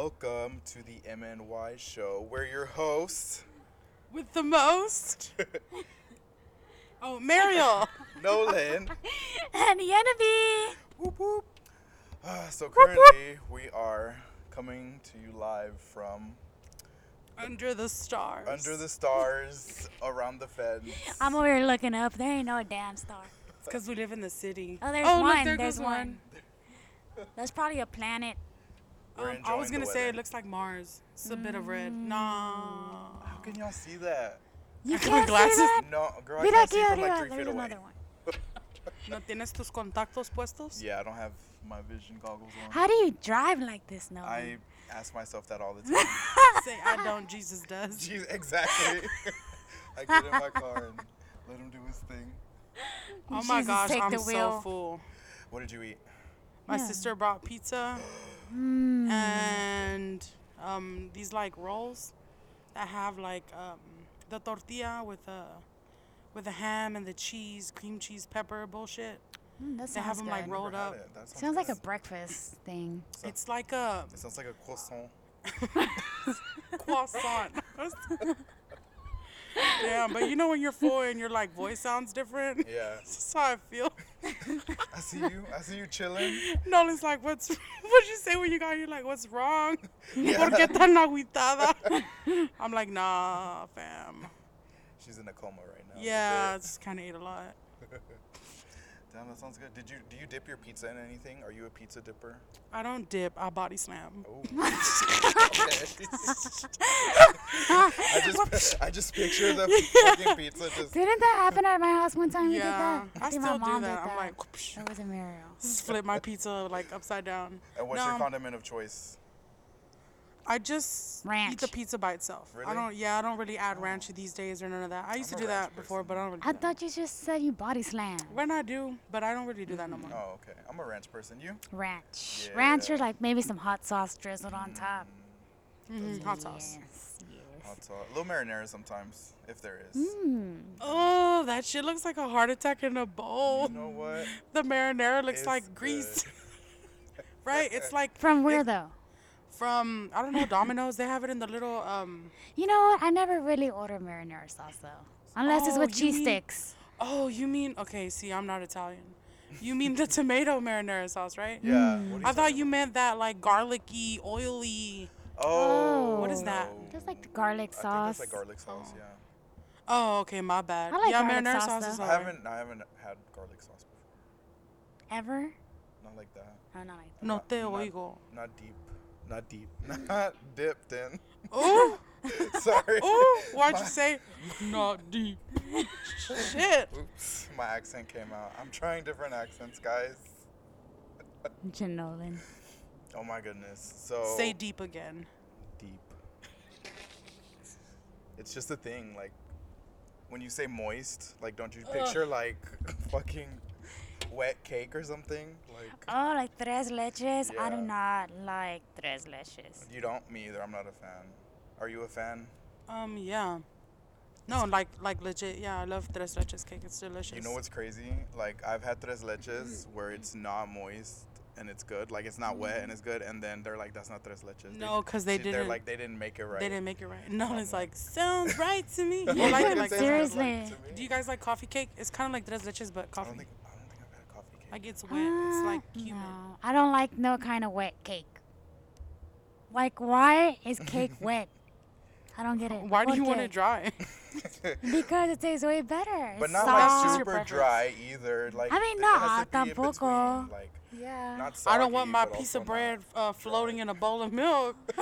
Welcome to the MNY show. We're your hosts. With the most? oh, Mariel. Nolan. And Yennaby. whoop, whoop. Ah, so currently we are coming to you live from Under the stars. under the stars, around the fence. I'm over here looking up. There ain't no damn star. Because we live in the city. Oh, there's one. one. there's one. That's probably a planet. We're Um, I was enjoying going the to say it weather. looks like Mars. It's a bit of red. Mm. Nah. How can y'all see that? You got my can't see glasses. that. No, girl, I Mira can't aquí see from arriba. like three feet There's away. another one. ¿No tienes tus contactos puestos? Yeah, I don't have my vision goggles on. How do you drive like this, Nolan? I ask myself that all the time. Say, I don't, Jesus does. Jeez, exactly. I get in my car and let him do his thing. Oh my Jesus, gosh, take I'm the so wheel. full. What did you eat? My Yeah. sister brought pizza Mm. and um, these like rolls that have like um, the tortilla with a with the ham and the cheese, cream cheese, pepper bullshit. Mm, that They have sounds them like good. rolled Never had up. it. That Sounds like a good. breakfast thing. So- It's like a It sounds like a croissant. croissant. Damn, but you know when you're full and your like voice sounds different. Yeah. This is how I feel. I see you. I see you chilling. Nolan's like, "What's what'd you say when you got here? Like, what's wrong? ¿Por qué Yeah. tan agüitada?" I'm like, "Nah, fam. She's in a coma right now. Yeah, I That's just kind of ate a lot. it. Damn, that sounds good. Did you do you dip your pizza in anything? Are you a pizza dipper? I don't dip. I body slam. Oh. I just I just picture the fucking pizza just Didn't that happen at my house one time? You yeah, did that. I think still my mom do that. Did I'm that. like, it was a Muriel. just flip my pizza like upside down. And what's no, um, your condiment of choice? I just eat the Ranch. pizza by itself. Really? Oh. I don't. Yeah, I don't really add ranch these days or none of that. I used I'm to a do ranch that before, person. but I don't really. I do that. thought you just said you body slam. When I do, but I don't really do that no more. Oh, okay. I'm a ranch person. You? Ranch. Yeah. Ranch or like maybe some hot sauce drizzled on top. Oh, Mhm, Hot sauce. Yes. Yes. Hot sauce. A little marinara sometimes, if there is. Mm. Oh, that shit looks like a heart attack in a bowl. You know what? The marinara looks Mm. It's like grease, right? It's like From where though? from I don't know Domino's. They have it in the little um. You know what? I never really order marinara sauce though, unless it's Oh, with you cheese mean- sticks. Oh, you mean okay? See, I'm not Italian. You mean the tomato marinara sauce, right? Yeah. what are I thought talking you meant that like garlicky, oily. about? Oh. What is that? no. Just like the garlic I think sauce. it's like garlic sauce. Yeah. Oh, okay, my bad. I like yeah, garlic marinara sauce, sauce, is though. I alright. haven't I haven't had garlic sauce before. Ever? Not like that. Oh, not like No Not- te not- oigo. Not deep. Not deep. Not dipped in. Oh, Sorry. oh, why'd My- you say not deep? Shit. Oops, my accent came out. I'm trying different accents, guys. Janolan. Oh my goodness. So Say deep again. deep. It's just a thing, like when you say moist, like don't you picture like fucking wet cake or something? Uh, Like Oh, like tres leches. I do Yeah. not like tres leches. you don't me either. I'm not a fan. Are you a fan? Um, yeah. No, like like legit. Yeah, I love tres leches cake. It's delicious. You know what's crazy? Like I've had tres leches where it's not moist and it's good. Like it's not wet and it's good, and then they're like, "That's not tres leches." They- No, 'cause they see, They're didn't- like, they didn't make it right. They didn't make it right. No, it's like sounds right to me. You That's what like they it like say, that? sounds Seriously. to me. Do you guys like coffee cake? It's kind of like tres leches, but I coffee. don't think I don't think I've had a coffee cake. like it's wet. It's like Ah, humid. No, I don't like no kind of wet cake. Like, why is cake wet? I don't get it. Why do ¿Por you want qué? it dry? Because it tastes way better. but It's not That's like just soft. your super preference. dry either. Like I mean, it no, has to be in between, tampoco. Like Yeah. not soggy, I don't want my but piece also of bread not- uh, floating in a bowl of milk.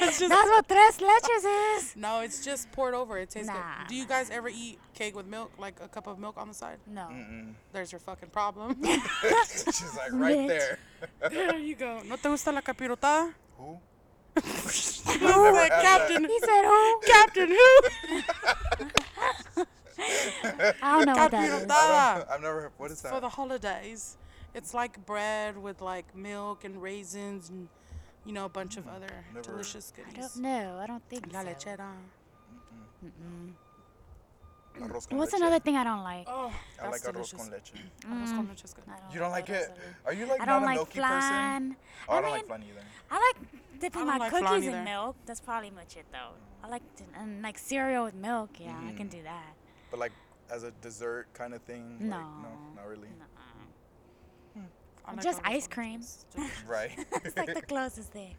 it's just That's what tres leches is. no, it's just poured over. It tastes Nah, good. Do you guys ever eat cake with milk, like a cup of milk on the side? No. Mm-mm. There's your fucking problem. She's like right Bitch. there. there you go. No te gusta la capirotada? Who? Who's that had that. captain? He said, "Oh, Captain who? I don't know what that is." Capirotada. I don't, I've never. What is that? For the holidays, it's like bread with like milk and raisins and you know a bunch of other never- delicious I Mm. don't goodies. know. I don't think La so. lechera. Arroz con What's leche. another thing I don't like? Oh, I that's like arroz delicious. Oh, con leche. Arroz con leche is good. Mm. I You don't like it? Are you like I don't not like a milky person? Oh, flan. I, I don't mean, like flan either. I like dipping don't my like flan cookies either. in milk. That's probably much it though. I like to, and like cereal with milk. Yeah, I Mm-hmm. can do that. But like as a dessert kind of thing? like, no, No. not really. Nuh-uh. I like Just arroz ice con cream. leche. It's delicious. Right. It's like the closest thing.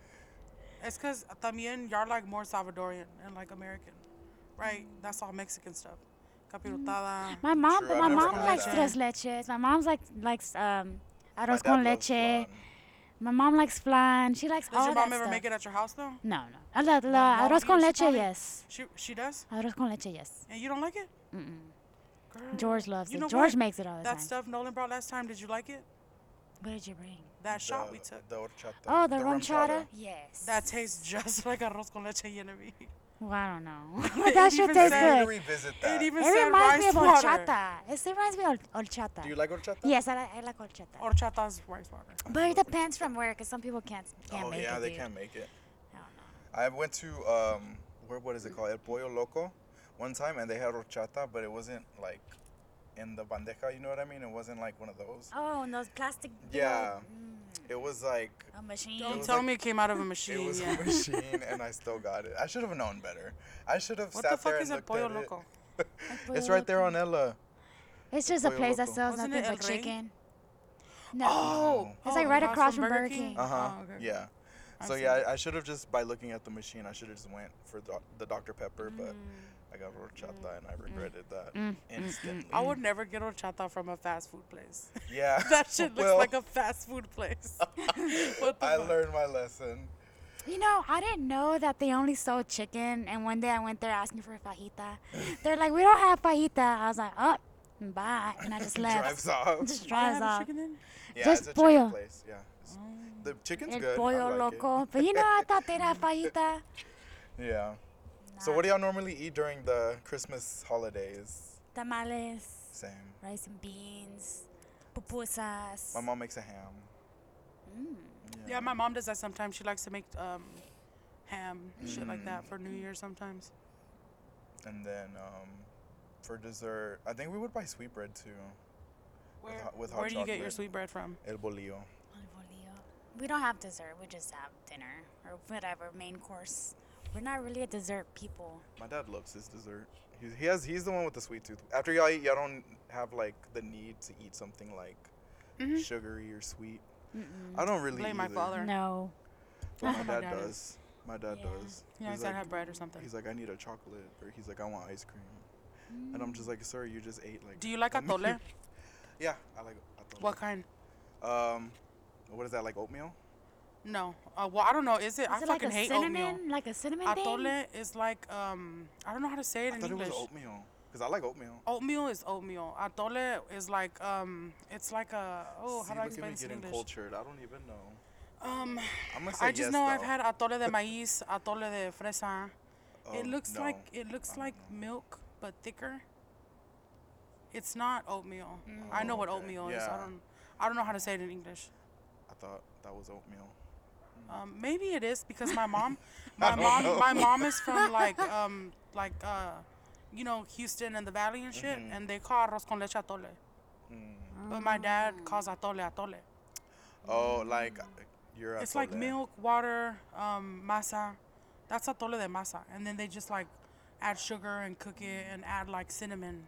It's because también y'all like more Salvadorian and like American, right? Mm-hmm. That's all Mexican stuff. Capirotada. My mom, True, but I've my never mom had likes that. tres leches. My mom's like likes um, My dad arroz con loves leche. flan. My mom likes flan. She likes Does all your mom that ever stuff. make it at your house though? No, no. I love mom la arroz con used leche. probably- Yes, She she does, arroz con leche. Yes. and you don't like it. Girl, George loves you it. know George what? makes it all the that time. stuff Nolan brought last time. Did you like it? What did you bring? That shot The- we took. The horchata. Oh, the, rum chata. chata. Yes. That tastes just like arroz con leche yennevi. Well, I don't know. It but that shit even tastes I need said- to good. revisit that. It even It said reminds me rice of water. horchata. It reminds me of horchata. Do you like Oh. horchata? Yes, I, li- I like horchata. Horchata's rice water. but it depends from where, because some people can't can't Oh make yeah, it. they dude. can't make it. I don't know. I went to um, where what is it called? El Pollo Loco, one time, and they had horchata, but it wasn't like in the bandeja. You know what I mean? It wasn't like one of those. Oh, and those plastic. big Yeah. old- mm, It was like uh, a machine. It Don't was tell like- me it came out of a it machine. was yeah. a machine, and I still got it. I should have known better. I should have What sat the there fuck and is a looked pollo at it. loco? It's right there on Ella. It's just a Pollo place that Loco. sells Wasn't nothing it El but Rey? chicken. No. Oh, It's like right across across from Burger King. Uh huh. Oh, okay. Yeah. I've so seen yeah, it. I, I should have just by looking at the machine, I should have just went for the, the Dr Pepper, but Mm. I got horchata and I regretted that instantly. Mm. I would never get horchata from a fast food place. yeah. that shit looks well, like a fast food place. what the I fuck? learned my lesson. You know, I didn't know that they only sold chicken. And one day I went there asking for a fajita. They're like, we don't have fajita. I was like, oh, bye. And I just left. Drives off. just Why drives have a off. chicken in? Yeah, Just it's a pollo. chicken place. Yeah. It's- Oh. The chicken's El good. I pollo like it. loco. But you know, I thought they'd have fajita. Yeah. So what do y'all normally eat during the Christmas holidays? Tamales, Same. rice and beans, pupusas. My mom makes a ham. Yeah, my mom does that sometimes. She likes to make um, ham, shit like that for New Year's sometimes. And then um, for dessert, I think we would buy sweetbread too. Where, hot- with hot where do you get your chocolate. sweet bread from? El bolillo. Al voleo. We don't have dessert. We just have dinner or whatever main course. We're not really a dessert people. My dad loves his dessert. He, he has he's the one with the sweet tooth. After y'all eat, y'all don't have like the need to eat something like sugary or sweet. I don't really. Mm-hmm. Blame my either, father. No. But my My dad dad is. does. My dad Yeah. does. You know, I he's, gotta like, have bread or something. he's like, I need a chocolate, or he's like, I want ice cream. And I'm just like, sir, you just ate like. Mm. Do you like a atole? yeah, I like atole. What kind? Um, what is that like oatmeal? No. Uh, well, I don't know. Is it? I Is it fucking like a hate cinnamon? oatmeal. Like a cinnamon thing? Atole is like um, I don't know how to say it I in thought English. it was oatmeal because I like oatmeal. Oatmeal is oatmeal. Atole is like um, it's like a oh, how See, do I look at explain me this in getting English? cultured. I don't even know. Um, I'm gonna say I just yes, know I've though. had atole de maíz, atole de fresa. it Oh, looks no. like it looks like milk but thicker. It's not oatmeal. I know Oh, what okay. oatmeal is. Yeah. Mm. I don't I don't know how to say it in English. I thought that was oatmeal. Um, maybe it is because my mom, I my don't mom, know. my mom is from like um like uh, you know Houston and the Valley and shit, Mm-hmm. and they call arroz con leche atole. Mm. But my dad calls atole atole. Oh, like you're. Mm. It's like milk, water, um, masa. That's atole de masa, and then they just like add sugar and cook it and add like cinnamon.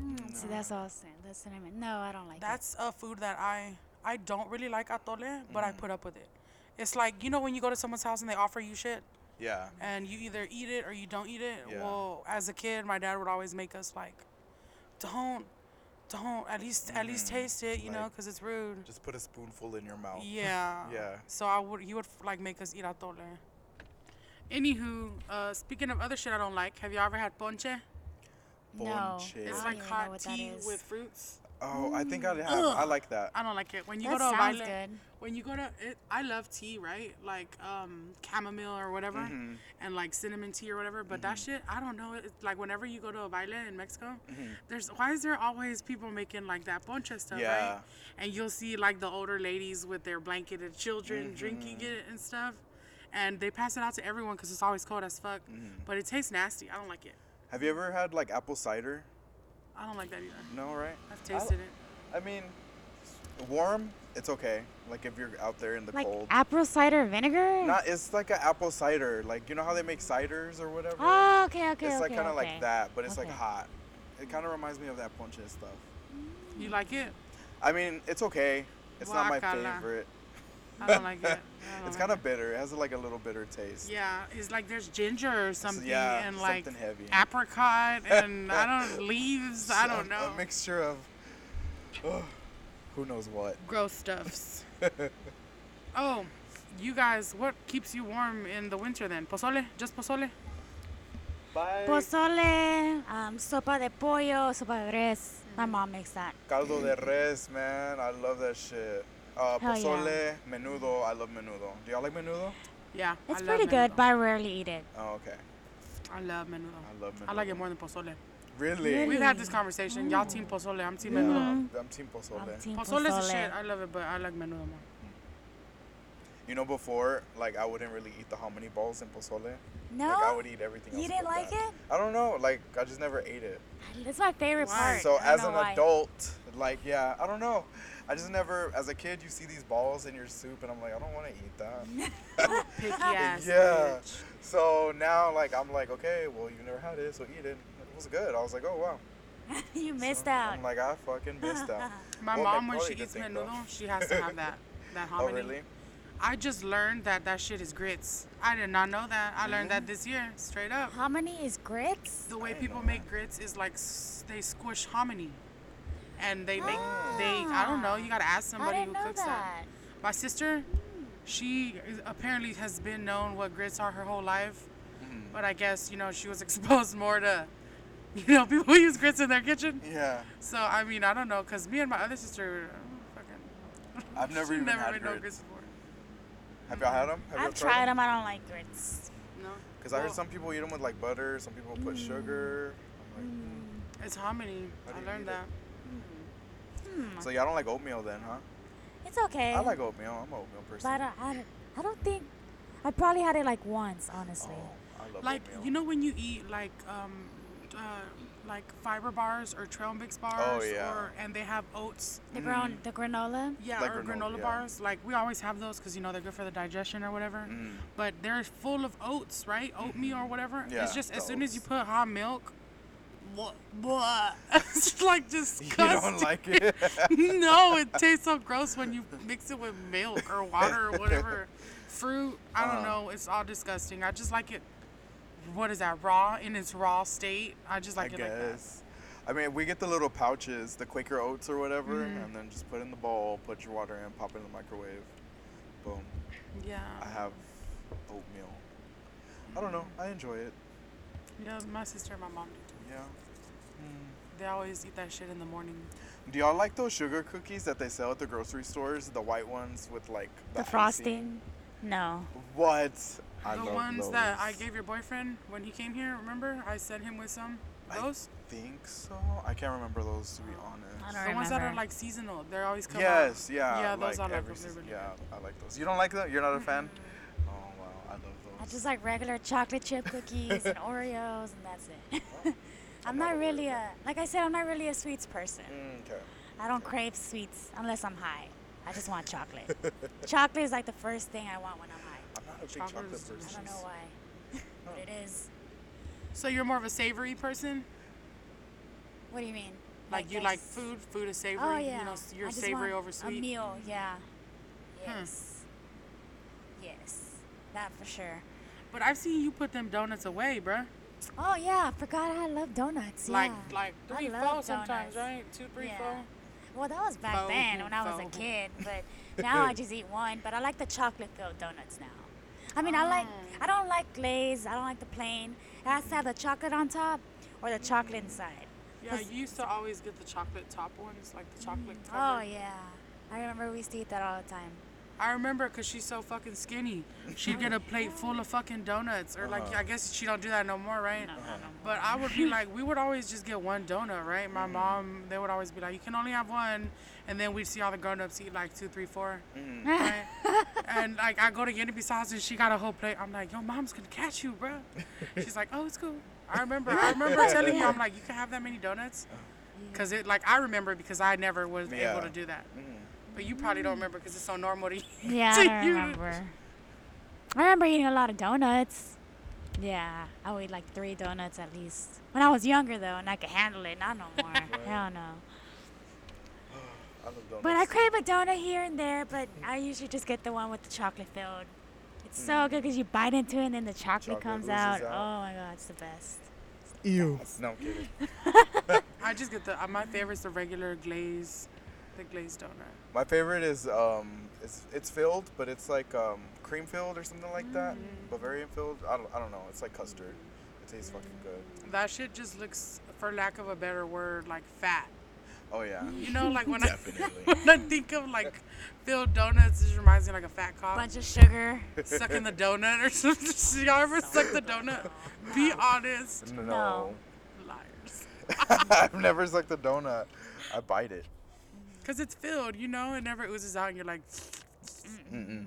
Mm, See, that's all cin- that's cinnamon. No, I don't like that. That's a food that I I don't really like atole, but Mm-hmm. I put up with it. It's like you know when you go to someone's house and they offer you shit. Yeah. and you either eat it or you don't eat it. Yeah. Well, as a kid, my dad would always make us like, don't, don't at least at least taste it, you know, 'cause know, Mm. like- because it's rude. Just put a spoonful in your mouth. Yeah. Yeah. So I would he would like make us eat atole. Anywho, uh, speaking of other shit I don't like, have you all ever had ponche? No. Ponche. It's like I don't even know hot what that tea is. with fruits. Oh, I think I'd have. I like that. I don't like it. When you That go to a sounds baile, good. when you go to it, I love tea, right? Like um chamomile or whatever, Mm-hmm. and like cinnamon tea or whatever. But that shit, I don't know. It's like whenever you go to a baile in Mexico, Mm-hmm. there's why is there always people making like that ponche stuff, right? Yeah. And you'll see like the older ladies with their blanketed children Mm-hmm. drinking it and Mm-hmm. stuff. And they pass it out to everyone because it's always cold as fuck. But it tastes nasty. I don't like it. Have you ever had like apple cider? I don't like that either. No, right? I've I- tasted it. I mean, warm, it's okay. Like if you're out there in the Like cold. apple cider vinegar? Not, it's like an apple cider. Like you know how they make ciders or whatever. oh, okay, okay, it's okay. like kind of okay. like that, but it's like Okay. hot. It kind of reminds me of that ponche stuff. You like it? I mean, it's okay. It's not my Guacala. favorite. I don't like it. I don't It's like kind of it. bitter. It has like a little bitter taste. Yeah, it's like there's ginger or something yeah, and like something heavy. apricot and I don't leaves. I So, um, don't know. A mixture of ugh, who knows what. Gross stuffs. oh, you guys, what keeps you warm in the winter then? Pozole? Just pozole? Bye. Pozole, um, sopa de pollo, sopa de res. My mom makes that. Caldo de res, man. I love that shit. Uh, Hell yeah. pozole, menudo. I love menudo. Do y'all like menudo? Yeah. It's I love pretty good, menudo. but I rarely eat it. Oh, okay. I love menudo. I love menudo. I like it more than pozole. Really? Really? We've had this conversation. Y'all team pozole, I'm team Yeah, menudo. I'm team pozole. I'm team Pozole's the pozole. shit. I love it, but I like menudo more. You know, before, like, I wouldn't really eat the hominy balls in pozole. No, Like, I would eat everything else. You didn't but like that. it? I don't know. Like, I just never ate it. it's my favorite Why? part. So, I don't as know an why. adult, like, yeah, I don't know. I just never, as a kid, you see these balls in your soup, and I'm like, I don't want to eat that. Picky ass. yeah. bitch. So now, like, I'm like, okay, well, you never had it, so eat it. It was good. I was like, oh, wow. you missed So, out. I'm like, I fucking missed out. My Well, mom, when McFlurry she good eats thing, menudo, though. she has to have that. That Oh, hominy. really? I just learned that that shit is grits. I did not know that. I learned Mm-hmm. that this year, straight up. Hominy is grits. The way didn't people know make that. grits is like s- they squish hominy, and they make they. I don't know. You gotta ask somebody Ah, I who didn't know cooks that. that. My sister, she is, apparently has been known what grits are her whole life, Mm-hmm. but I guess you know she was exposed more to, you know, people who use grits in their kitchen. Yeah. So I mean, I don't know, cause me and my other sister, uh, fucking, I've never she even never had made no grits. grits before. Have y'all had them? Have y'all I've tried them. I don't like grits. No, Because I heard Well, some people eat them with like butter, some people Mm. put sugar. I'm like, It's hominy. How do I you learned eat it? that. mm. So y'all don't like oatmeal then, huh? It's okay. I like oatmeal. I'm an oatmeal person. But uh, I, I, don't- I don't think. I probably had it like once, honestly. Oh, I love Like oatmeal. you know when you eat like um, uh, like fiber bars or trail mix bars, Oh, yeah. or and they have oats. The ground, the granola. Yeah, Like or granola, granola, yeah. bars. Like we always have those because you know they're good for the digestion or whatever. Mm. But they're full of oats, right? Oatmeal or whatever. Mm-hmm. Yeah, it's just the as soon as you oats. put hot milk, blah, blah. it's like you disgusting. don't like it. no, it tastes so gross when you mix it with milk or water or whatever. Fruit, I don't Uh. know. It's all disgusting. I just like it. What is that? Raw in its raw state. I just I like it like guess. I mean, we get the little pouches, the Quaker oats or whatever, Mm-hmm. and then just put it in the bowl, put your water in, pop it in the microwave. Boom. that. Yeah. I have oatmeal. I don't know. I enjoy it. Yeah, my sister and my mom do too. Yeah. Mm. They always eat that shit in the morning. Do y'all like those sugar cookies that they sell at the grocery stores? The white ones with like The, icing? frosting. No. What? I the love ones that I those. gave your boyfriend when he came here, remember? I sent him with some. I- Those? think so. I can't remember those to be honest. I The don't ones that are remember. like seasonal. They're always come out. Yes, yeah. Yeah, like those I like. every Those are season- really yeah, I like those. You don't like that? You're not a fan? Oh wow, I love those. Mm-hmm. I just like regular chocolate chip cookies and Oreos, and that's it. I'm not not a really Oreo a like I said. I'm not really a sweets person. Mm, Okay. I don't crave sweets unless I'm high. I just want chocolate. chocolate is like the first thing I want when I'm high. I'm not a big Chocolate chocolate, is person. I don't know why, but it is. So you're more of a savory person? What do you mean? Like, you like this- food, food is savory. Oh yeah. You know, I you're just savory want over sweet. Hmm. A meal, yeah. Yes. Yes, that for sure. But I've seen you put them donuts away, bruh. Oh yeah, I forgot I love donuts. Like yeah. like I three, love four sometimes, donuts. right? Two, three, yeah. four. Well, that was back Four, then when I was four. a kid, but now I just eat one. But I like the chocolate filled donuts now. I mean, Oh. I like I don't like glaze. I don't like the plain. It has to have the chocolate on top or the chocolate inside. Yeah, 'Cause- you used to always get the chocolate top ones, like the chocolate oh covered. yeah, I remember we used to eat that all the time. I remember because she's so fucking skinny. She'd get a plate full of fucking donuts, or like I guess she don't do that no more, right? But I would be like, we would always just get one donut, right? My mom, they would always be like, you can only have one, and then we'd see all the grown ups eat like two, three, four, right? and like I go to Yenneby's house and she got a whole plate. I'm like, yo, mom's gonna catch you, bro. She's like, oh, it's cool. I remember. I remember telling you, I'm like, you can have that many donuts, because it like I remember because I never was Yeah. able to do that. Mm. But you probably don't remember because it's so normal to you. Yeah, to I you. don't remember. I remember eating a lot of donuts. Yeah, I would eat like three donuts at least. When I was younger, though, and I could handle it. Not no more. Hell no. I love donuts. But I crave a donut here and there, but I usually just get the one with the chocolate filled. It's so good because you bite into it and then the chocolate, Chocolate comes oozes out. out. Oh my god, it's the best. Ew. No, I'm kidding. I just get the uh, my favorite's the regular glaze, the glazed donut. My favorite is um, it's it's filled, but it's like um, cream filled or something like that. Mm. Bavarian filled. I don't, I don't know. It's like custard. It tastes fucking good. That shit just looks, for lack of a better word, like fat. Oh yeah. You know, like when I Definitely. when I think of like filled donuts, it just reminds me of, like a fat cop Bunch of sugar. sucking the donut or something. Y'all ever suck the donut? Be honest, No. No. liars. I've never sucked a donut. I bite it. Cause it's filled, you know, it never oozes out, and you're like, Mm-mm.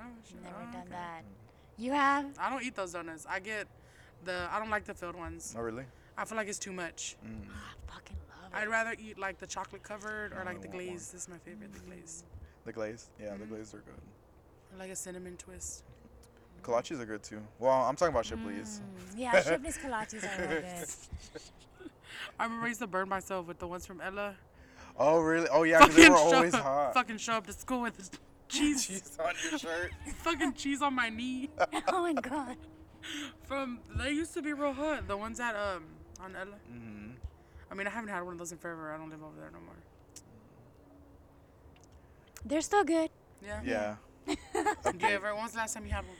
oh, shit. Never oh, done okay. that. You have? I don't eat those donuts. I get the I don't like the filled ones. Oh really? I feel like it's too much. I fucking love it. I'd rather eat like the chocolate covered or No, I like the want one. glaze. This is my favorite, the glaze. The glaze? Yeah, the Mm-hmm. glaze are good. Or like a cinnamon twist. Kolaches are good too. Well, I'm talking about Shipley's. Mm, Yeah, Shipley's kolaches are real good. I remember I used to burn myself with the ones from Ella. Oh really? Oh yeah, 'cause they were always show, hot. Fucking show up to school with cheese, Cheese on your shirt. fucking cheese on my knee. Oh my god. From they used to be real hot. The ones that um on Ella. mm-hmm. I mean, I haven't had one of those in forever. I don't live over there no more. They're still good. Yeah. Yeah. Do you ever? When's the last time you had one?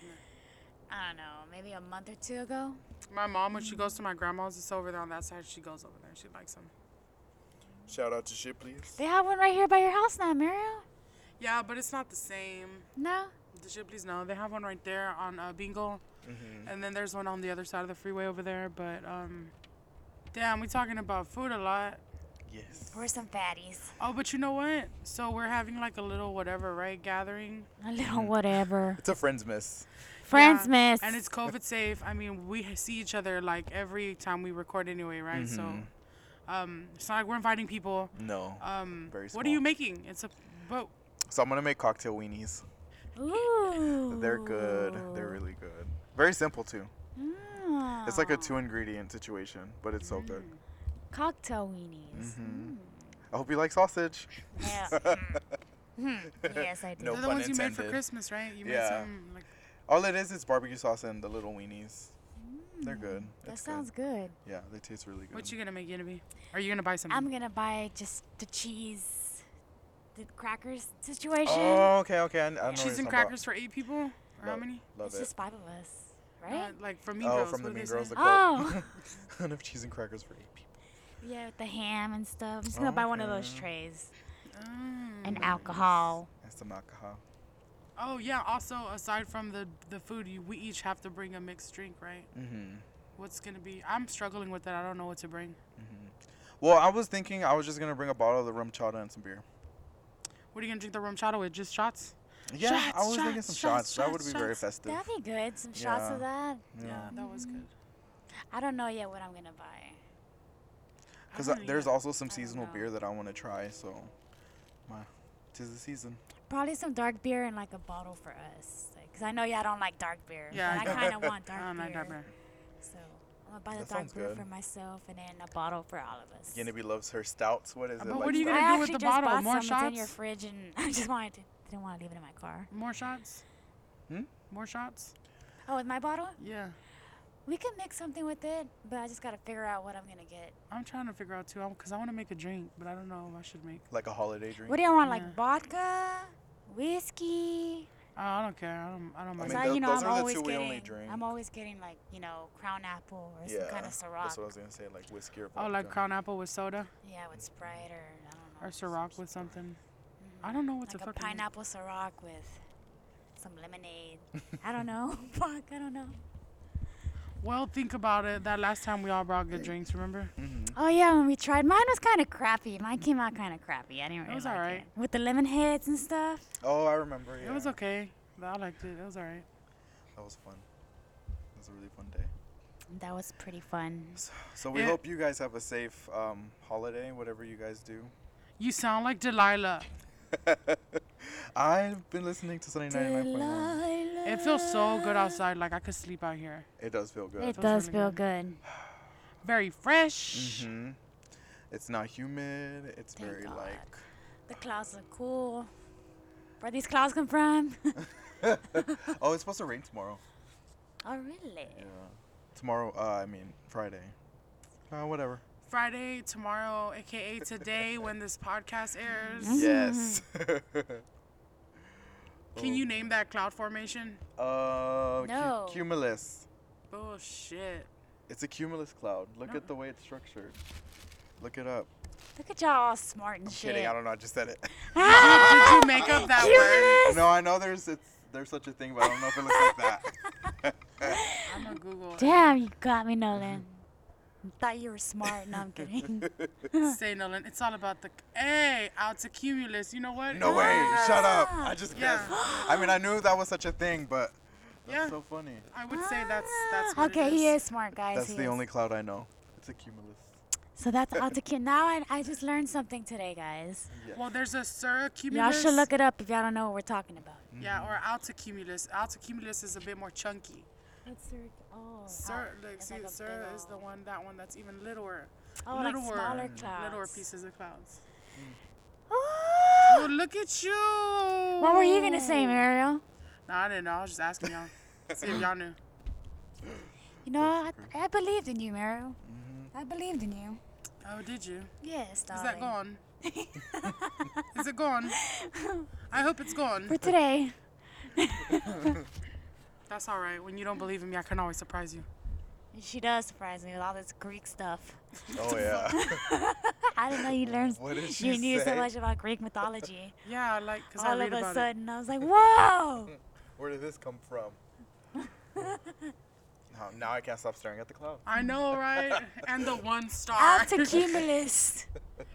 I don't know, maybe a month or two ago. My mom, when she goes to my grandma's, it's over there on that side. She goes over there. She likes them. Shout out to Shipley's. They have one right here by your house now, Mario. Yeah, but it's not the same. No? The Shipleys, no. They have one right there on uh, Bingle. Mm-hmm. And then there's one on the other side of the freeway over there. But, um, damn, we talking about food a lot. Yes. We're some fatties. Oh, but you know what? So we're having like a little whatever, right? Gathering. A little whatever. It's a friend's miss. Friends Yeah. miss. And it's COVID safe. I mean, we h- see each other like every time we record anyway, right? So, um, it's not like we're inviting people. No. Um, Mm-hmm. Very what are you small. making? It's a boat. So I'm gonna make cocktail weenies. Ooh. They're good. They're really good. Very simple too. Mm. It's like a two ingredient situation, but it's so good. Mm-hmm. cocktail weenies. I hope you like sausage. Yeah. Mm. yes, I Mm-hmm. do. No They're the pun ones you made for intended. Christmas, right? You made Yeah. some like All it is is barbecue sauce and the little weenies. They're good. That It's sounds good. good. Yeah, they taste really good. What you gonna make, Genevieve? Are you gonna buy something? I'm gonna buy just the cheese, the crackers situation. Oh, okay, okay. I, I know what you're Cheese talking and about. crackers for eight people? Or how Love- many? Love it's it. just five of us, Uh, right? like from Mean Oh, Girls. from the what do Mean they Girls, say? the Oh, Enough cheese and crackers for eight people. yeah, with the ham and stuff. I'm just gonna buy one of those trays Mm-hmm. Mm. and alcohol. That's some alcohol. Oh yeah. Also, aside from the the food, you, we each have to bring a mixed drink, right? Mm-hmm. What's gonna be? I'm struggling with that. I don't know what to bring. Well, I was thinking I was just gonna bring a bottle of the rum chata and some beer. What are you gonna drink the rum chata with? Just shots? Yeah, I Shots, was thinking shots, some shots, shots. that would be shots, very shots. festive. That'd be good. Some shots of that. Yeah, that was good. I don't know yet what I'm gonna buy. I Because don't know there's yet. also some don't seasonal know. beer that I want to try, so my tis the season. Probably some dark beer and like a bottle for us. Like, Cause I know y'all don't like dark beer. Yeah, but I I kind of want dark Um, I don't beer. like that beer. So I'm gonna buy the That dark sounds beer good. for myself and then a bottle for all of us. Genevieve loves her stouts. What is it? But like what are you I gonna stout? do with actually the just bottle? bought More some. It's in your shots? fridge, and I just wanted to. Didn't want to leave it in my car. More shots? Hmm? More shots? Oh, with my bottle, Yeah. we could mix something with it, but I just gotta figure out what I'm gonna get. I'm trying to figure out too, because I want to make a drink, but I don't know what I should make. Like a holiday drink. What do y'all want? Yeah. Like vodka, whiskey. Uh, I don't care. I don't. I I don't mind. mean, Cause I, tho- you know, those I'm are the always two we only getting. drink. I'm always getting like you know, Crown Apple or yeah, some kind of That's Ciroc. what I was gonna say, like whiskey or Oh, vodka. like crown apple with soda Yeah, with Sprite or I don't know. or Ciroc with something. I don't know what to Mm-hmm. Like a fucking. pineapple Ciroc with some lemonade. I don't know. Fuck, I don't know. Mm. Well, think about it. That last time we all brought good drinks, remember? Oh yeah, when we tried, mine was kind of crappy. Mine came out kind of crappy. I didn't really. was like alright. it. with the lemon heads and stuff. Oh, I remember. Yeah. It was okay. I liked it. It was all right. That was fun. It was a really fun day. That was pretty fun. So, so we Eh. Yeah. hope you guys have a safe um, holiday, whatever you guys do. You sound like Delilah. I've been listening to Sunday Night Live. It feels so good outside. Like I could sleep out here. It does feel good. It Feels does really feel good. good. Very fresh. hmm It's not humid. It's Thank very God. like The clouds look cool. Where these clouds come from? oh, it's supposed to rain tomorrow. oh, really? Yeah. Tomorrow, uh, I mean Friday. Uh, whatever. Friday, tomorrow, aka today, when this podcast airs. Mm-hmm. Yes. Can you name that cloud formation? Uh, cu- No. cumulus. Bullshit. It's a cumulus cloud. Look at the way it's structured. Look it up. Look at y'all all smart and shit. Kidding. I don't know. I just said it. Did you make up that word? no, I know there's it's there's such a thing, but I don't know if it looks like that. I'm gonna Google it. Damn, you got me, Nolan. Thought you were smart. No, I'm kidding. Say Nolan. It's all about the hey out to cumulus. You know what? No way. Shut up. I just Ah. Yeah. guessed. I mean, I knew that was such a thing, but that's Yeah. so funny. I would say that's that's what okay, it he is smart, guys. That's he the is. only cloud I know. It's a cumulus. So that's autocumulus. Now I, I just learned something today, guys. Well, there's a sur Y'all cumulus. should look it up if y'all don't know what we're talking about. Yeah, or alta cumulus. Alta cumulus is a bit more chunky. What's the oh Sir, like, see, like a sir big is the ol'- one that one that's even littler, oh like littler, smaller clouds. littler pieces of clouds. Oh, Oh, look at you! what were you gonna say, Mariel? Nah, I didn't know. I was just asking y'all. See if y'all knew. You know, I, I believed in you, Mariel. Mm-hmm. I believed in you. Oh, did you? Yes, Is darling. that gone? is it gone? I hope it's gone. For today. That's all right. When you don't believe in me, I can always surprise you. She does surprise me with all this Greek stuff. Oh yeah. I didn't know you learned. What did you she knew so say? much about Greek mythology. Yeah, like, cause I all read of a about it. sudden, I was like, "Whoa!" Where did this come from? now, now I can't stop staring at the cloud. I know, right? and the one star. Alta cumulus.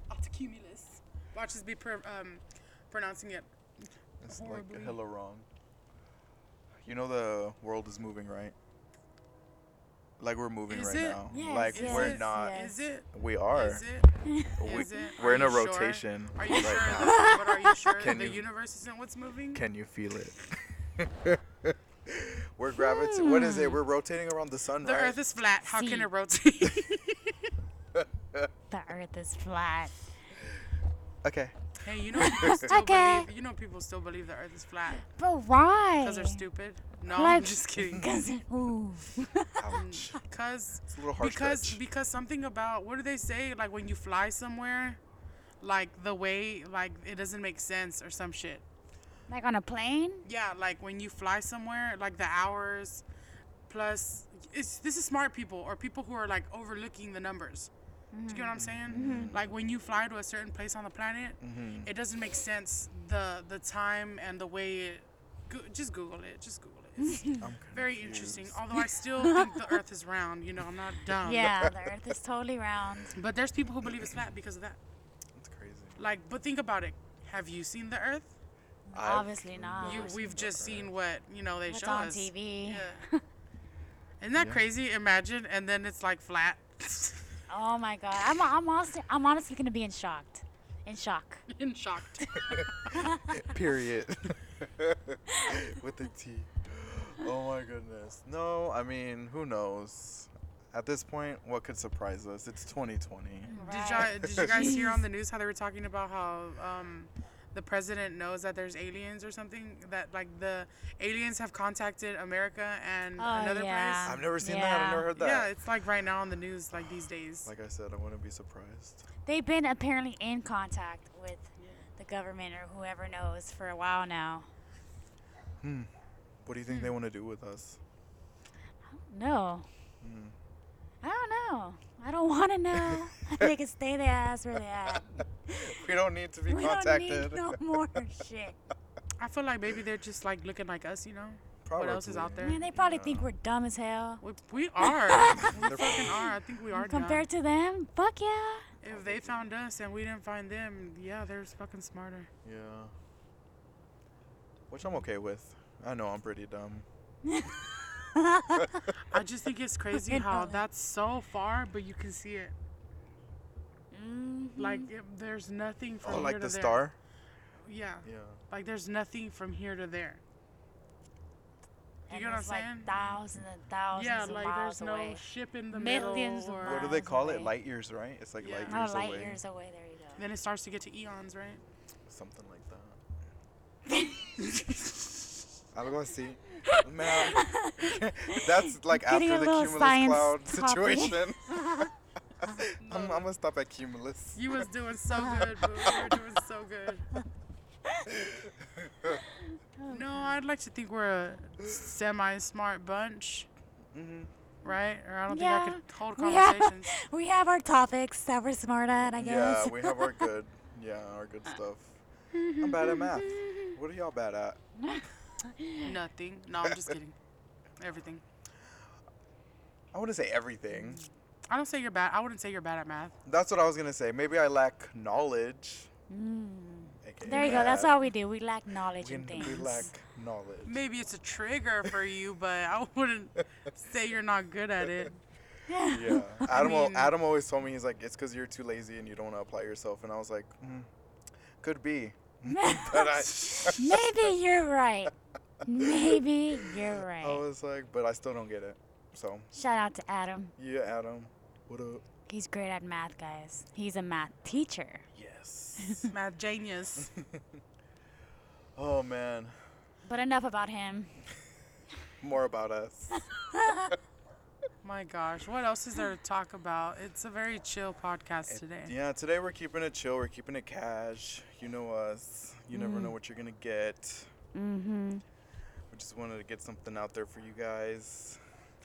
Alta cumulus. Watch this be pr- um, pronouncing it. It's Horribly. like hella wrong. You know the world is moving, right? Like we're moving Is right it? now. Yes, like yes, we're yes, not. yes. Is it? We are. Is it? We, Is it? We're Are in a you sure? rotation Are you right sure? now. that- But are you sure Can that the you- universe isn't what's moving? Can you feel it? we're gravity. What is it? We're rotating around the sun, the right? Earth is flat. How can See. it rotate? the Earth is flat. okay. hey, you know people still Okay. believe. You know people still believe the Earth is flat But why? because they're stupid. No, I'm Like- just kidding. Because ooh. Ouch. Because It's a little harsh. because touch. because something about what do they say? Like when you fly somewhere, like the way like it doesn't make sense or some shit. like on a plane. Yeah, like when you fly somewhere, like the hours plus it's this is smart people or people who are like overlooking the numbers. Do you get what Mm-hmm. I'm saying? Like when you fly to a certain place on the planet, Mm-hmm. it doesn't make sense the the time and the way it go, just google it, just google it. It's I'm very confused. interesting. Although I still think the earth is round, you know, I'm not dumb. Yeah, the Earth is totally round. But there's people who believe it's flat because of that. That's crazy. Like but think about it. Have you seen the earth? Oh, I've Obviously not. You, never seen we've the just Earth. seen what you know they What's show on us. TV? Yeah. Isn't that crazy? Imagine, and then it's like flat. Oh my God. I'm I'm honestly I'm honestly gonna be in shock. In shock. In shocked. Period. With a T. Oh my goodness. No, I mean, who knows? At this point, what could surprise us? It's 2020. Did you Did you guys hear on the news how they were talking about how um, the president knows that there's aliens or something? That like the aliens have contacted America and Oh, another yeah. place. I've never seen that. I've Yeah. never heard that. Yeah, it's like right now on the news, like these days. like I said, I wouldn't be surprised. They've been apparently in contact with the government or whoever knows for a while now. What do you Hmm. think they want to do with us? No. Mm. I don't know. I don't want to know. they can stay their ass where they at. We don't need to be We contacted. don't need no more shit. I feel like maybe they're just like looking like us, you know? What else is out Probably. there? Man, they probably think we're dumb as hell. We, we are. we They're- fucking are. I think we are. dumb. Compared to them, fuck yeah. If they found us and we didn't find them, yeah, they're fucking smarter. Yeah. Mm. Which I'm okay with. I know I'm pretty dumb. I just think it's crazy how that's so far, but you can see it. Like Mm-hmm. it, there's nothing from Oh, here like to the there. star? Yeah. Yeah. Like there's nothing from here to there. You and get what it's I'm like saying? Thousands and thousands Yeah, of like miles there's no away. ship in the Millions of middle. What Or, do they Miles call it? away. Light years, right? It's like Yeah. light Oh, No, years light away. years away. There you go. then it starts to get to eons, right? Something like that. Algo así. Man, that's like Getting after a the little cumulus science cloud topic. situation. I'm, I'm gonna stop at cumulus. You was doing so good, boo. You were doing so good. No, I'd like to think we're a semi-smart bunch, Mhm. right? Or I don't think I could hold we have, conversations. we have our topics that we're smart at, I guess. Yeah, we have our good. Yeah, our good stuff. I'm bad at math. What are y'all bad at? Nothing. No, I'm just kidding. Everything. I want to say everything. I don't say you're bad. I wouldn't say you're bad at math. That's what I was gonna say. Maybe I lack knowledge. Mm. AKA there you go. That's bad. all we do. We lack knowledge We, and we things. lack knowledge. Maybe it's a trigger for you, but I wouldn't say you're not good at it. Yeah. Adam, al- mean- Adam always told me he's like, it's because you're too lazy and you don't want to apply yourself, and I was like, mm, could be. but I, Maybe you're right. Maybe you're right. I was like, but I still don't get it. So Shout out to Adam. yeah, Adam, what up? He's great at math, guys. He's a math teacher. Yes. Math genius. oh man, But enough about him. more about us. My gosh, what else is there to talk about? It's a very chill podcast today. Yeah, today we're keeping it chill. We're keeping it cash. You know us. You never Mm. know what you're gonna get. Mm-hmm. We just wanted to get something out there for you guys.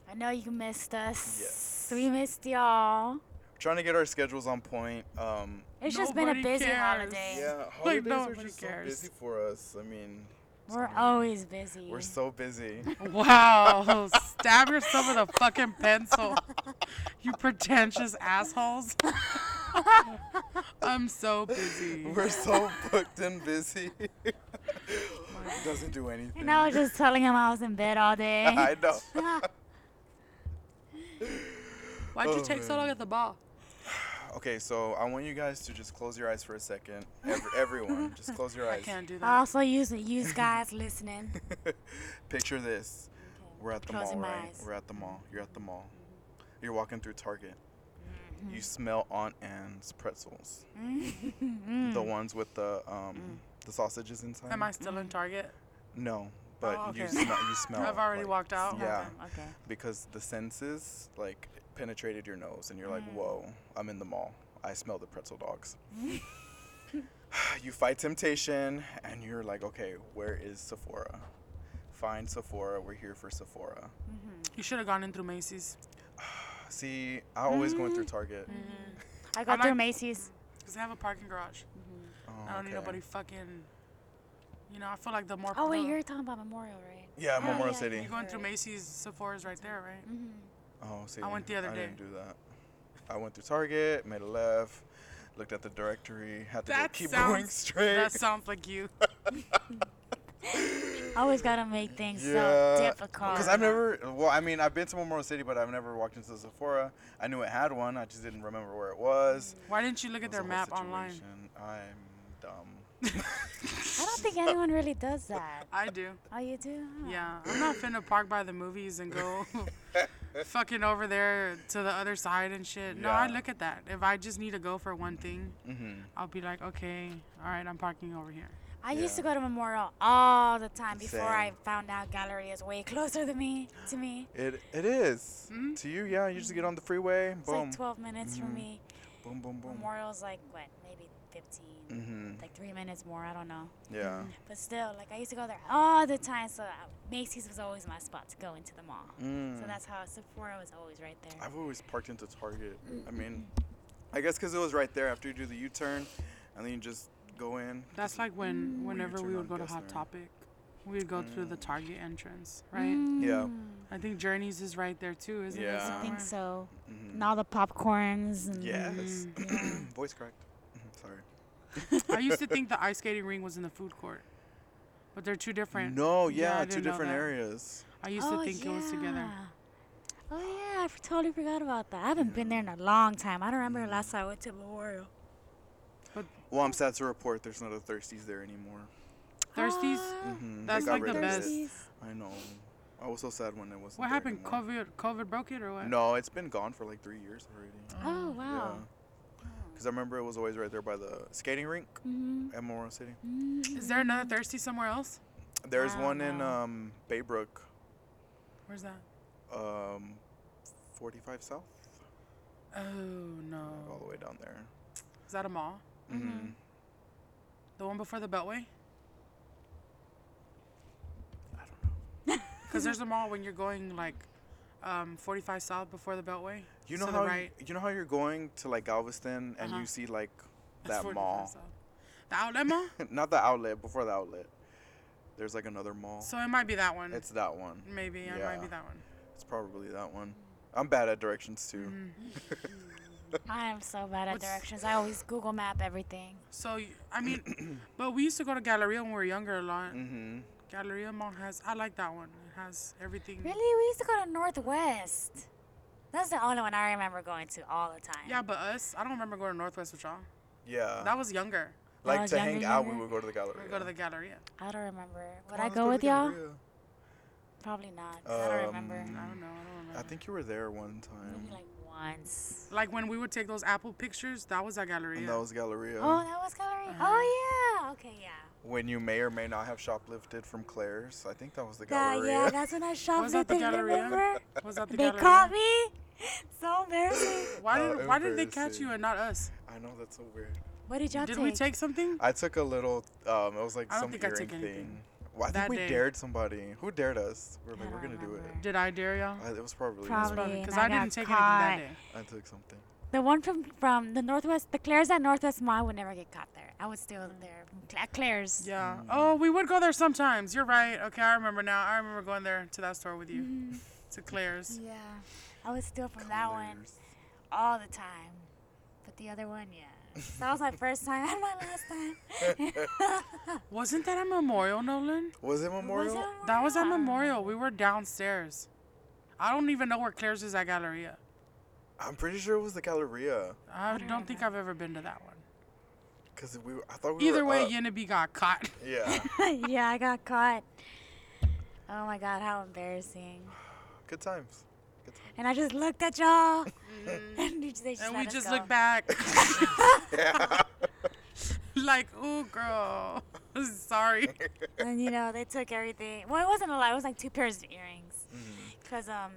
I know you missed us. Yes. We missed y'all. trying to get our schedules on point. Um, It's just been a Nobody busy cares. holiday. yeah, Eh. Like, holidays are nobody just so cares. busy for us. I mean, We're always busy. we're so busy. Wow, stab yourself with a fucking pencil. You pretentious assholes. I'm so busy. we're so booked and busy. Doesn't do anything. and I was just telling him I was in bed all day. I know. Why'd you Oh, take so man. long at the ball? Okay, so I want you guys to just close your eyes for a second. Every, everyone, just close your I eyes. can't do that. Also, use use guys listening. Picture this. We're at the Closing mall, my right? eyes. Mm-hmm. We're at the mall. You're at the mall. You're walking through Target. You smell Aunt Anne's pretzels. Mm-hmm. The ones with the um Mm. the sausages inside. Am I still in Target? No, but Oh, you okay. smell you smell. I've already like, walked out. Yeah. Okay. Because the senses like penetrated your nose and you're like, Mm. "Whoa, I'm in the mall. I smell the pretzel dogs." you fight temptation and you're like, "Okay, where is Sephora?" Find Sephora. We're here for Sephora. You should have gone in through Macy's. See, I always going Mm. through Target. I got I'm through not- Macy's. Because I have a parking garage. Oh, I don't need okay. nobody fucking. You know, I feel like the more. Oh wait, the- you're talking about Memorial, right? Yeah, Oh, Memorial yeah, City. You're going through Macy's, Sephora's right there, right? Mm-hmm. Oh, see, I went the other I day. didn't do that. I went through Target, made a left, looked at the directory, had to go That keep sounds- going straight. That sounds like you. Always gotta make things so difficult. Because I've never, well, I mean, I've been to Memorial City, but I've never walked into Sephora. I knew it had one, I just didn't remember where it was. Why didn't you look It at was a their whole map online? situation. I'm dumb. I don't think anyone really does that. I do. Oh, you do? Huh. Yeah, I'm not finna park by the movies and go fucking over there to the other side and shit. No, I Yeah. look at that. If I just need to go for one thing, Mhm. I'll be like, okay, all right, I'm parking over here. I used to Yeah. go to Memorial all the time before Same. I found out Gallery is way closer than me to me. It, it is. To you, yeah, you just get on the freeway, Hmm? It's boom. like 12 minutes from me. boom, boom, boom. Memorial's like what, maybe 15, Mhm. like three minutes more. I don't know. Yeah. But still, like I used to go there all the time. So uh, Macy's was always my spot to go into the mall. Mm-hmm. Mm. So that's how Sephora was always right there. I've always parked into Target. I Mm-hmm. mean, I guess because it was right there after you do the U turn, and then you just go in. That's like Mm. when, whenever turn we on would go to Hot Gessner. Topic, we'd go through Mm. the Target entrance, right? Yeah. I think Journeys is right there too, isn't it? Yeah. Mm, I think somewhere? so. Mm. And all the popcorns. And Mm-hmm. Yes. Mm. Voice cracked. Sorry. I used to think the ice skating ring was in the food court, but they're two different. No, I yeah, two didn't know different that. areas. I used to think it was together. Oh, yeah. Oh yeah, I f- totally forgot about that. I haven't been there in a long time. I don't remember the Mm. last time I went to Memorial. Well, I'm sad to report there's not a Thirsties there anymore. Thirsties. Ah, Mm-hmm. That's like the best. Thirsties. I know. I was so sad when it was. What happened? COVID, COVID broke it or what? No, it's been gone for like three years already. Oh Mm, wow. Because I remember it was always right there by the skating rink Mm. Mm-hmm. at Memorial City. Is there another thirsty somewhere else? There's I don't one in know. um, Baybrook, Where's that? um, 45 South, Oh like, all no. the way down there. Is that a mall? Mm-hmm. The one before the Beltway? I don't know. Because there's a mall when you're going like um, 45 South before the Beltway. You know to the how you- right. you know how you're going to like Galveston and Uh-huh. you see like That's that 45 mall, South. The outlet mall? not the outlet before the outlet. There's like another mall. so mm. it might be that one. it's that one. Maybe it yeah. might be that one. It's probably that one. I'm bad at directions too. Mm-hmm. I am so bad at What's- directions. I always Google Map everything. So y- I mean, but we used to go to Galleria when we were younger a lot. Mm-hmm. Galleria Mall has I like that one. It has everything. Really, we used to go to Northwest. That's the only one I remember going to all the time. Yeah, but us, I don't remember going to Northwest with y'all. Yeah. That was younger. I like was to younger, hang out, we younger. would go to the gallery. We go to the Galleria. I don't remember. Would I go with y'all? Probably not. 'cause I Um, don't remember. I don't know. I don't remember. I think you were there one time. Maybe Mm-hmm. like once. like when we would take those Apple pictures, that was at Galleria. And that was Galleria. Oh, that was gallery. Uh-huh. Oh yeah. Okay, yeah. When you may or may not have shoplifted from Claire's. I think that was the That, Galleria. yeah, that's when I shopped Was at at the the Galleria. Remember? Was that the They Galleria? caught me. So embarrassing. Why Oh, did Why did they catch embarrassing. you and not us? I know, that's so weird. What did y'all Did take? we take something? I took a little, um, it was like I don't some think I earring took anything thing. Well, I think that we day. dared somebody. Who dared us? We were I like, we're don't going to do remember. it. Did I dare y'all? I, it was probably, Probably. me. and Because I I got didn't take anything that caught. day. I took something. The one from from the Northwest, the Claire's at Northwest Mall would never get caught there. I was still there. Cla- Claire's. Yeah. Oh, we would go there sometimes. You're right. Okay, I remember now. I remember going there to that store with you, to Claire's. Yeah. I was still from that one Claire's. all the time. But the other one, yeah. That was my first time and my last time. Wasn't that a memorial, Nolan? Was it Memorial? it That was at Memorial? memorial. We were downstairs. I don't even know where Claire's is at Galleria. I'm pretty sure it was the Galleria. I don't, think I've ever been to that one. Because we, were- I thought we Either were way, up. Yinneby got caught. Yeah. yeah, I got caught. Oh my god, how embarrassing. Good times. Good times. And I just looked at y'all. and you just, they Mm-hmm. just and let we us just go. look back. Oh, like, ooh, girl. Sorry. And you know, they took everything. Well, it wasn't a lot. It was like two pairs of earrings. Mm-hmm. Because um,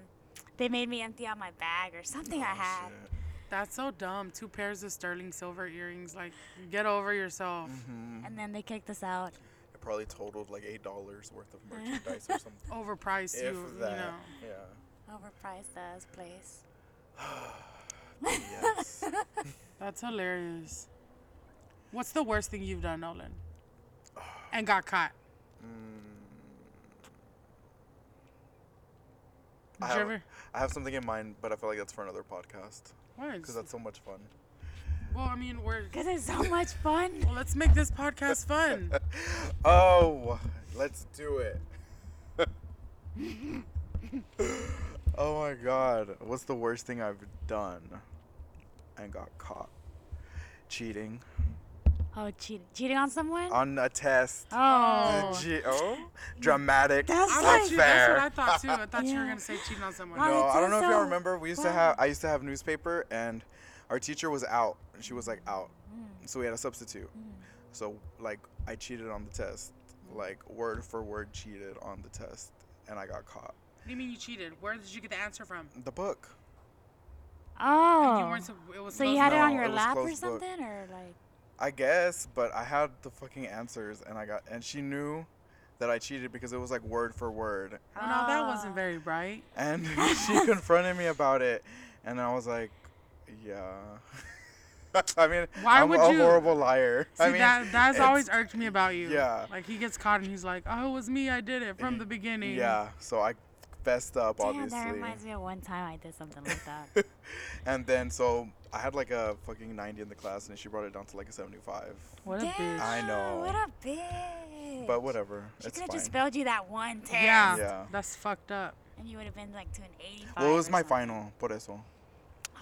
they made me empty out my bag or something I Oh, had. Shit. That's so dumb. Two pairs of sterling silver earrings. Like, get over yourself. And then they kicked us out. It probably totaled like eight dollars worth of merchandise or something. Overpriced if you, you that. know. Overpriced us, please. Yeah. Yes. That's hilarious. What's the worst thing you've done, Nolan? And got caught. Mm. I, Did have, you ever? I have something in mind, but I feel like that's for another podcast because What? that's so much fun. Well, I mean, we're. Because it's so much fun. Well, let's make this podcast fun. Oh, let's do it. oh my god, what's the worst thing I've done and got caught? Cheating Oh, cheating. Cheating on someone? on a test. oh. Oh. Gee, oh, dramatic. That's I like- thought not you, that's what fair. I thought too. I thought you were Yeah. gonna say cheating on someone. Well, No, it's I don't know if y'all also- remember. We used to wow. have I used to have newspaper, and our teacher was out. and She was like out, Mm. so we had a substitute. So like I cheated on the test, like word for word cheated on the test, and I got caught. What do you mean you cheated? Where did you get the answer from? The book. You Oh. weren't. sup- It was So you supposed- had it on No, your it was lap or closed book. something? Or like. I guess, but I had the fucking answers, and I got and she knew that I cheated because it was like word for word, Oh, no, that Ah. wasn't very bright. and she confronted me about it, and I was like, yeah. I mean, Why I'm would a you- horrible liar. See, I mean, that that's it's- always irked me about you. Yeah. Like he gets caught and he's like, "Oh, it was me. I did it from the beginning." Yeah, so I fessed up Damn, that obviously, reminds me of one time I did something like that. and then so I had like a fucking 90 in the class, and she brought it down to like a 75. What a Damn, bitch. I know. What a bitch. but whatever. She it's could have fine. just failed you that one test. Yeah. Yeah. That's fucked up. And you would have been like to an 85. well, it was or my something. final, por eso.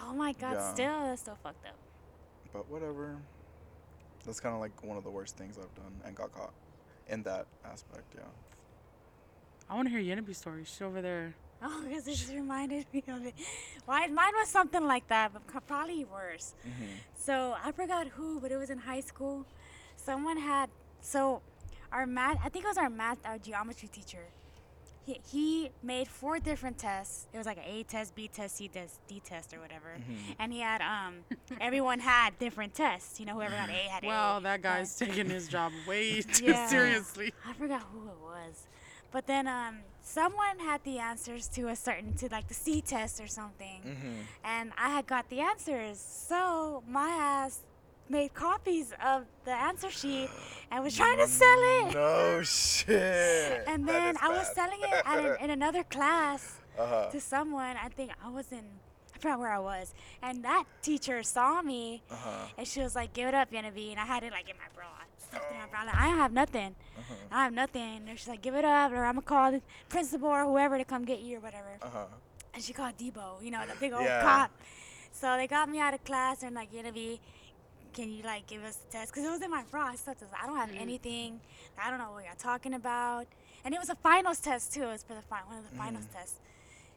Oh my God, Yeah. still, that's still fucked up. But whatever. That's kind of like one of the worst things I've done and got caught in that aspect, yeah. I want to hear Yenabee's story. She's over there. Oh, because it just reminded me of it. Why mine was something like that, but co- probably worse. So I forgot who, but it was in high school. Someone had so our math. I think it was our math, our geometry teacher. He, he made four different tests. It was like an A test, B test, C test, D test, or whatever. And he had um, everyone had different tests. You know, whoever had A had A. Well, that Yeah. guy's taking his job way too Yeah. seriously. I forgot who it was, but then um, someone had the answers to a certain to like the C test or something, Mm. and I had got the answers. So my ass made copies of the answer sheet and was trying to sell it. Mm-hmm. No shit. And That then is I was bad. selling it at an, in another class Uh-huh. to someone. I think I was in, I forgot where I was. And that teacher saw me Uh-huh. and she was like, give it up, Genevieve. And I had it like in my bra. stuffed Oh. in my bra. Like, I don't have nothing. Uh-huh. I have nothing. And she's like, give it up or I'm going to call the principal or whoever to come get you or whatever. Uh-huh. And she called Debo, you know, the big old Yeah. cop. So they got me out of class and like, Genevieve, can you like give us the test? Because it was in my bra. I slept with- I don't have anything. I don't know what you're talking about. And it was a finals test too. It was for the fi- one of the finals tests.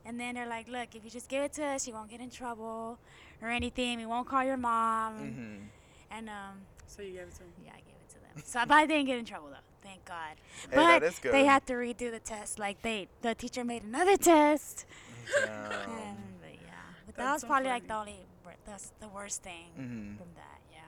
And then they're like, look, if you just give it to us, you won't get in trouble or anything. We won't call your mom. Mm-hmm. And um, So you gave it to him. yeah, I gave it to them. So, but I didn't get in trouble though. Thank God. Hey, but that is good. they had to redo the test. Like they, the teacher made another test. Oh. Damn. And but yeah, but that was so probably like the funny. only wor- that's the worst thing Mm. Mm-hmm. from that. Yeah,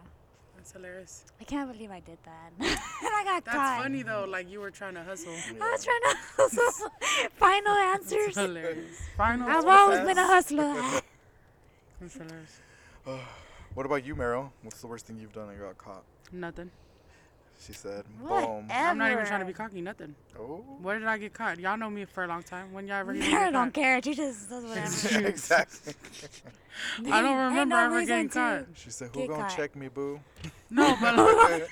That's hilarious. I can't believe I did that. and I got That's caught. funny though. Like you were trying to hustle. I was trying to hustle final That's answers. hilarious. Final. I've test. always been a hustler. That's hilarious. What about you, Meryl? What's the worst thing you've done and got caught? Nothing. She said, boom. Whatever. I'm not even trying to be cocky. Nothing. Oh. Where did I get caught? Y'all know me for a long time. When y'all ever get I don't caught? care. You just does whatever. exactly. I don't Ain't remember no ever getting reason to. Oh. caught. She said, who Get gonna caught. check me, boo? No, but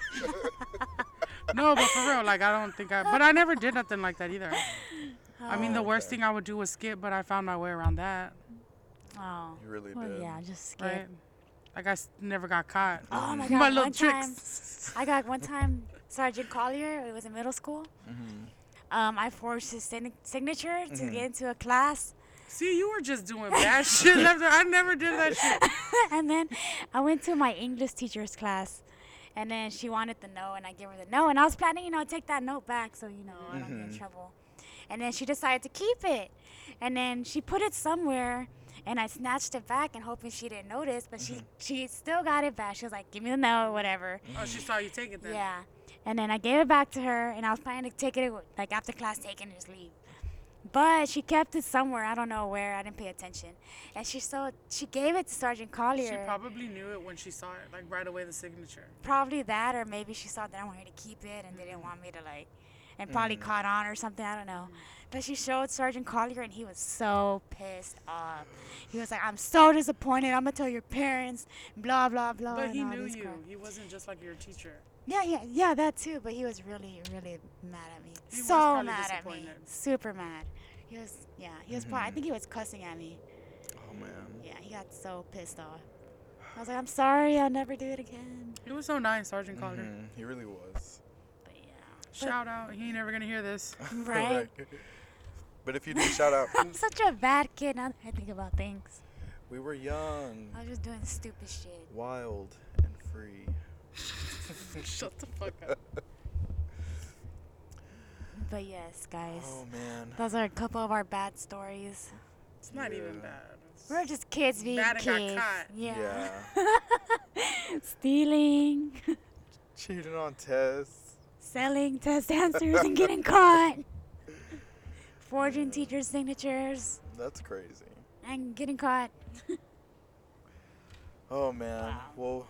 no, but for real, like I don't think I. But I never did nothing like that either. I mean, the worst thing I would do was skip, but I found my way around that. Oh, You really well, did. yeah, just skip. Right? Like I s- never got caught. Oh my god! my little one tricks. Time, I got one time Sergeant Collier. It was in middle school. Um, I forged his sign- signature to get into a class, See, you were just doing bad shit. Left I never did that shit. and then I went to my English teacher's class, and then she wanted the no, and I gave her the no, and I was planning, you know, take that note back so you know I don't get in trouble, and then she decided to keep it, and then she put it somewhere. And I snatched it back and hoping she didn't notice, but she she still got it back. She was like, "Give me the no, whatever." Oh, she saw you take it then. Yeah. And then I gave it back to her, and I was planning to take it aw- like after class, take it and just leave. But she kept it somewhere. I don't know where. I didn't pay attention. And she so she gave it to Sergeant Collier. She probably knew it when she saw it, like right away the signature. probably that, or maybe she saw that I wanted to keep it, and they Mm-hmm. didn't want me to like, and probably caught on or something. I don't know. Mm-hmm. But she showed Sergeant Collier, and he was so pissed off. He was like, "I'm so disappointed. I'm gonna tell your parents." Blah blah blah. But and he all knew this you. crap. He wasn't just like your teacher. Yeah, yeah, yeah, that too. But he was really, really mad at me. He was so probably mad at me. disappointed. Super mad. He was, yeah, he was probably, I think he was cussing at me. Oh, man. Yeah, he got so pissed off. I was like, I'm sorry, I'll never do it again. He was so nice, Sergeant Calder. Mm, he really was. But yeah. Shout out. He ain't never gonna hear this. Right? But if you do, shout out. I'm such a bad kid now that I think about things. We were young, I was just doing stupid shit. wild, and free. Shut the fuck up. But yes, guys. Oh, man. Those are a couple of our bad stories. It's not even Yeah. bad. We're just kids being Bad and got kids. caught. yeah. Yeah. Stealing, Cheating on tests. selling test answers and getting caught. Forging teachers' signatures That's crazy. and getting caught. Oh man. Wow. Well,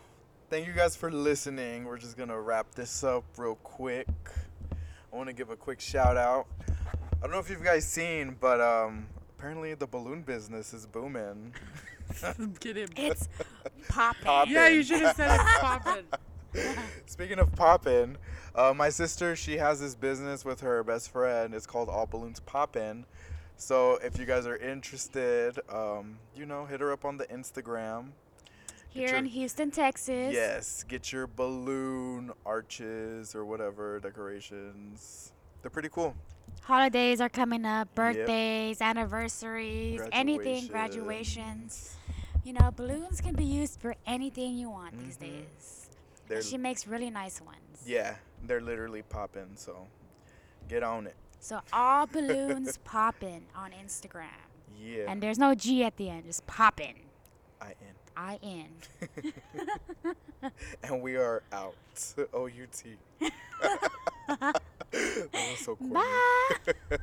thank you guys for listening. We're just gonna wrap this up real quick. I want to give a quick shout out. I don't know if you guys seen, but um, apparently the balloon business is booming. Get it. It's popping. Pop- Yeah, Poppin'. you should have said it's poppin'. Speaking of poppin', uh, my sister she has this business with her best friend. It's called All Balloons Poppin'. So if you guys are interested, um, you know, hit her up on the Instagram. Here your- in Houston, Texas. Yes, get your balloon arches or whatever decorations. They're pretty cool. Holidays are coming up, birthdays, anniversaries, anything, graduations. Graduations. You know, balloons can be used for anything you want these Mhm. days. They're she makes really nice ones. yeah, they're literally popping. So get on it. So all balloons poppin' on Instagram. Yeah, And there's no G at the end, just poppin'. I I in. in. and we are out. O U T. That was so corny. Bye.